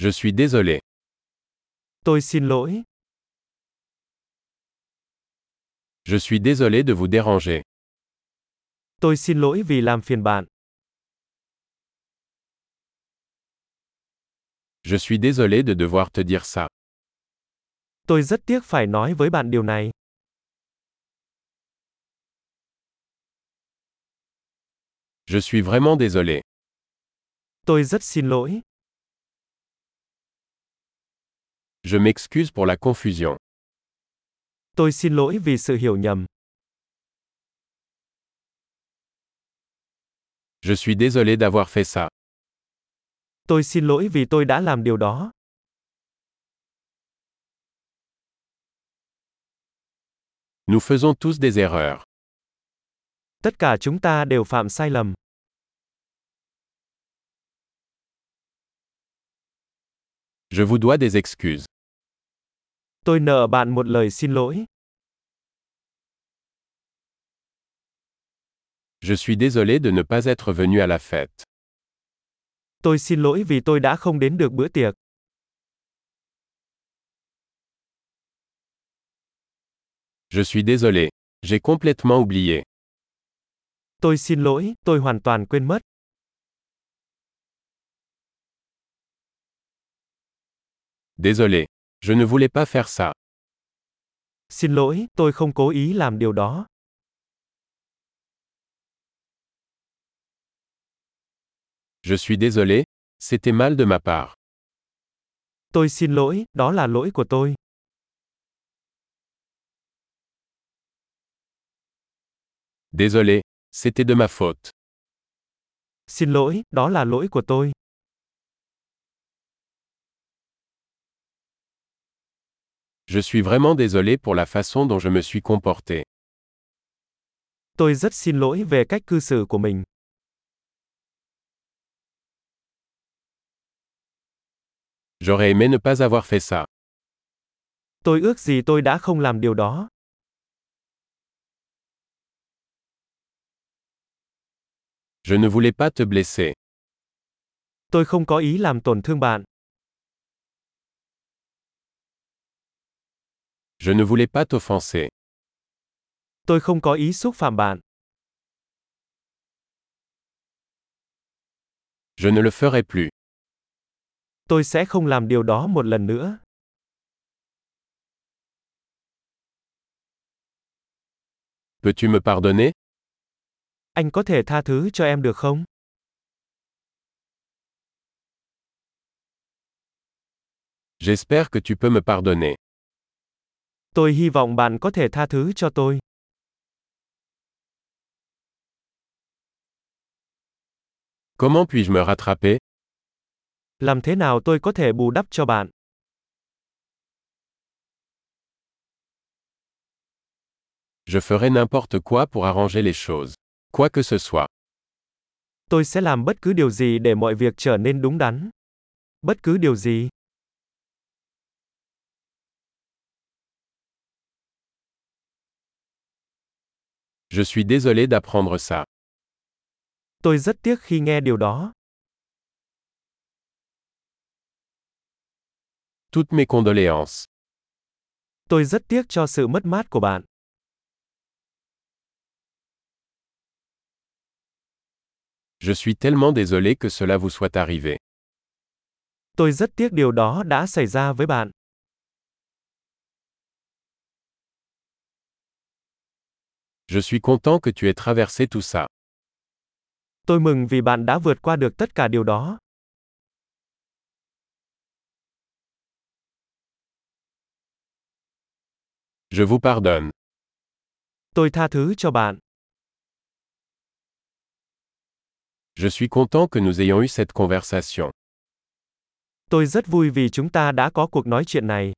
Je suis désolé. Tôi xin lỗi. Je suis désolé de vous déranger. Tôi xin lỗi vì làm phiền bạn. Je suis désolé de devoir te dire ça. Tôi rất tiếc phải nói với bạn điều này. Je suis vraiment désolé. Tôi rất xin lỗi. Je m'excuse pour la confusion. Tôi xin lỗi vì sự hiểu nhầm. Je suis désolé d'avoir fait ça. Tôi xin lỗi vì tôi đã làm điều đó. Nous faisons tous des erreurs. Tất cả chúng ta đều phạm sai lầm. Je vous dois des excuses. Tôi nợ bạn một lời xin lỗi. Je suis désolé de ne pas être venu à la fête. Tôi xin lỗi vì tôi đã không đến được bữa tiệc. Je suis désolé. J'ai complètement oublié. Tôi xin lỗi, tôi hoàn toàn quên mất. Désolé. Je ne voulais pas faire ça. Xin lỗi, tôi không cố ý làm điều đó. Je suis désolé. C'était mal de ma part. Tôi xin lỗi, đó là lỗi của tôi. Désolé. C'était de ma faute. Xin lỗi, đó là lỗi của tôi. Je suis vraiment désolé pour la façon dont je me suis comporté. Tôi rất xin lỗi về cách cư xử của mình. J'aurais aimé ne pas avoir fait ça. Tôi ước gì tôi đã không làm điều đó. Je ne voulais pas te blesser. Tôi không có ý làm tổn thương bạn. Je ne voulais pas t'offenser. Tôi không có ý xúc phạm bạn. Je ne le ferai plus. Tôi sẽ không làm điều đó một lần nữa. Peux-tu me pardonner Anh có thể tha thứ cho em được không? J'espère que tu peux me pardonner. Tôi hy vọng bạn có thể tha thứ cho tôi. Comment puis-je me rattraper Làm thế nào tôi có thể bù đắp cho bạn? Je ferai n'importe quoi pour arranger les choses. Quoi que ce soit. Tôi sẽ làm bất cứ điều gì để mọi việc trở nên đúng đắn. Bất cứ điều gì. Je suis désolé d'apprendre ça. Tôi rất tiếc khi nghe điều đó. Toutes mes condoléances. Tôi rất tiếc cho sự mất mát của bạn. Je suis tellement désolé que cela vous soit arrivé. Tôi rất tiếc điều đó đã xảy ra với bạn. Je suis content que tu aies traversé tout ça. Tôi mừng vì bạn đã vượt qua được tất cả điều đó. Je vous pardonne. Tôi tha thứ cho bạn. Je suis content que nous ayons eu cette conversation. Tôi rất vui vì chúng ta đã có cuộc nói chuyện này.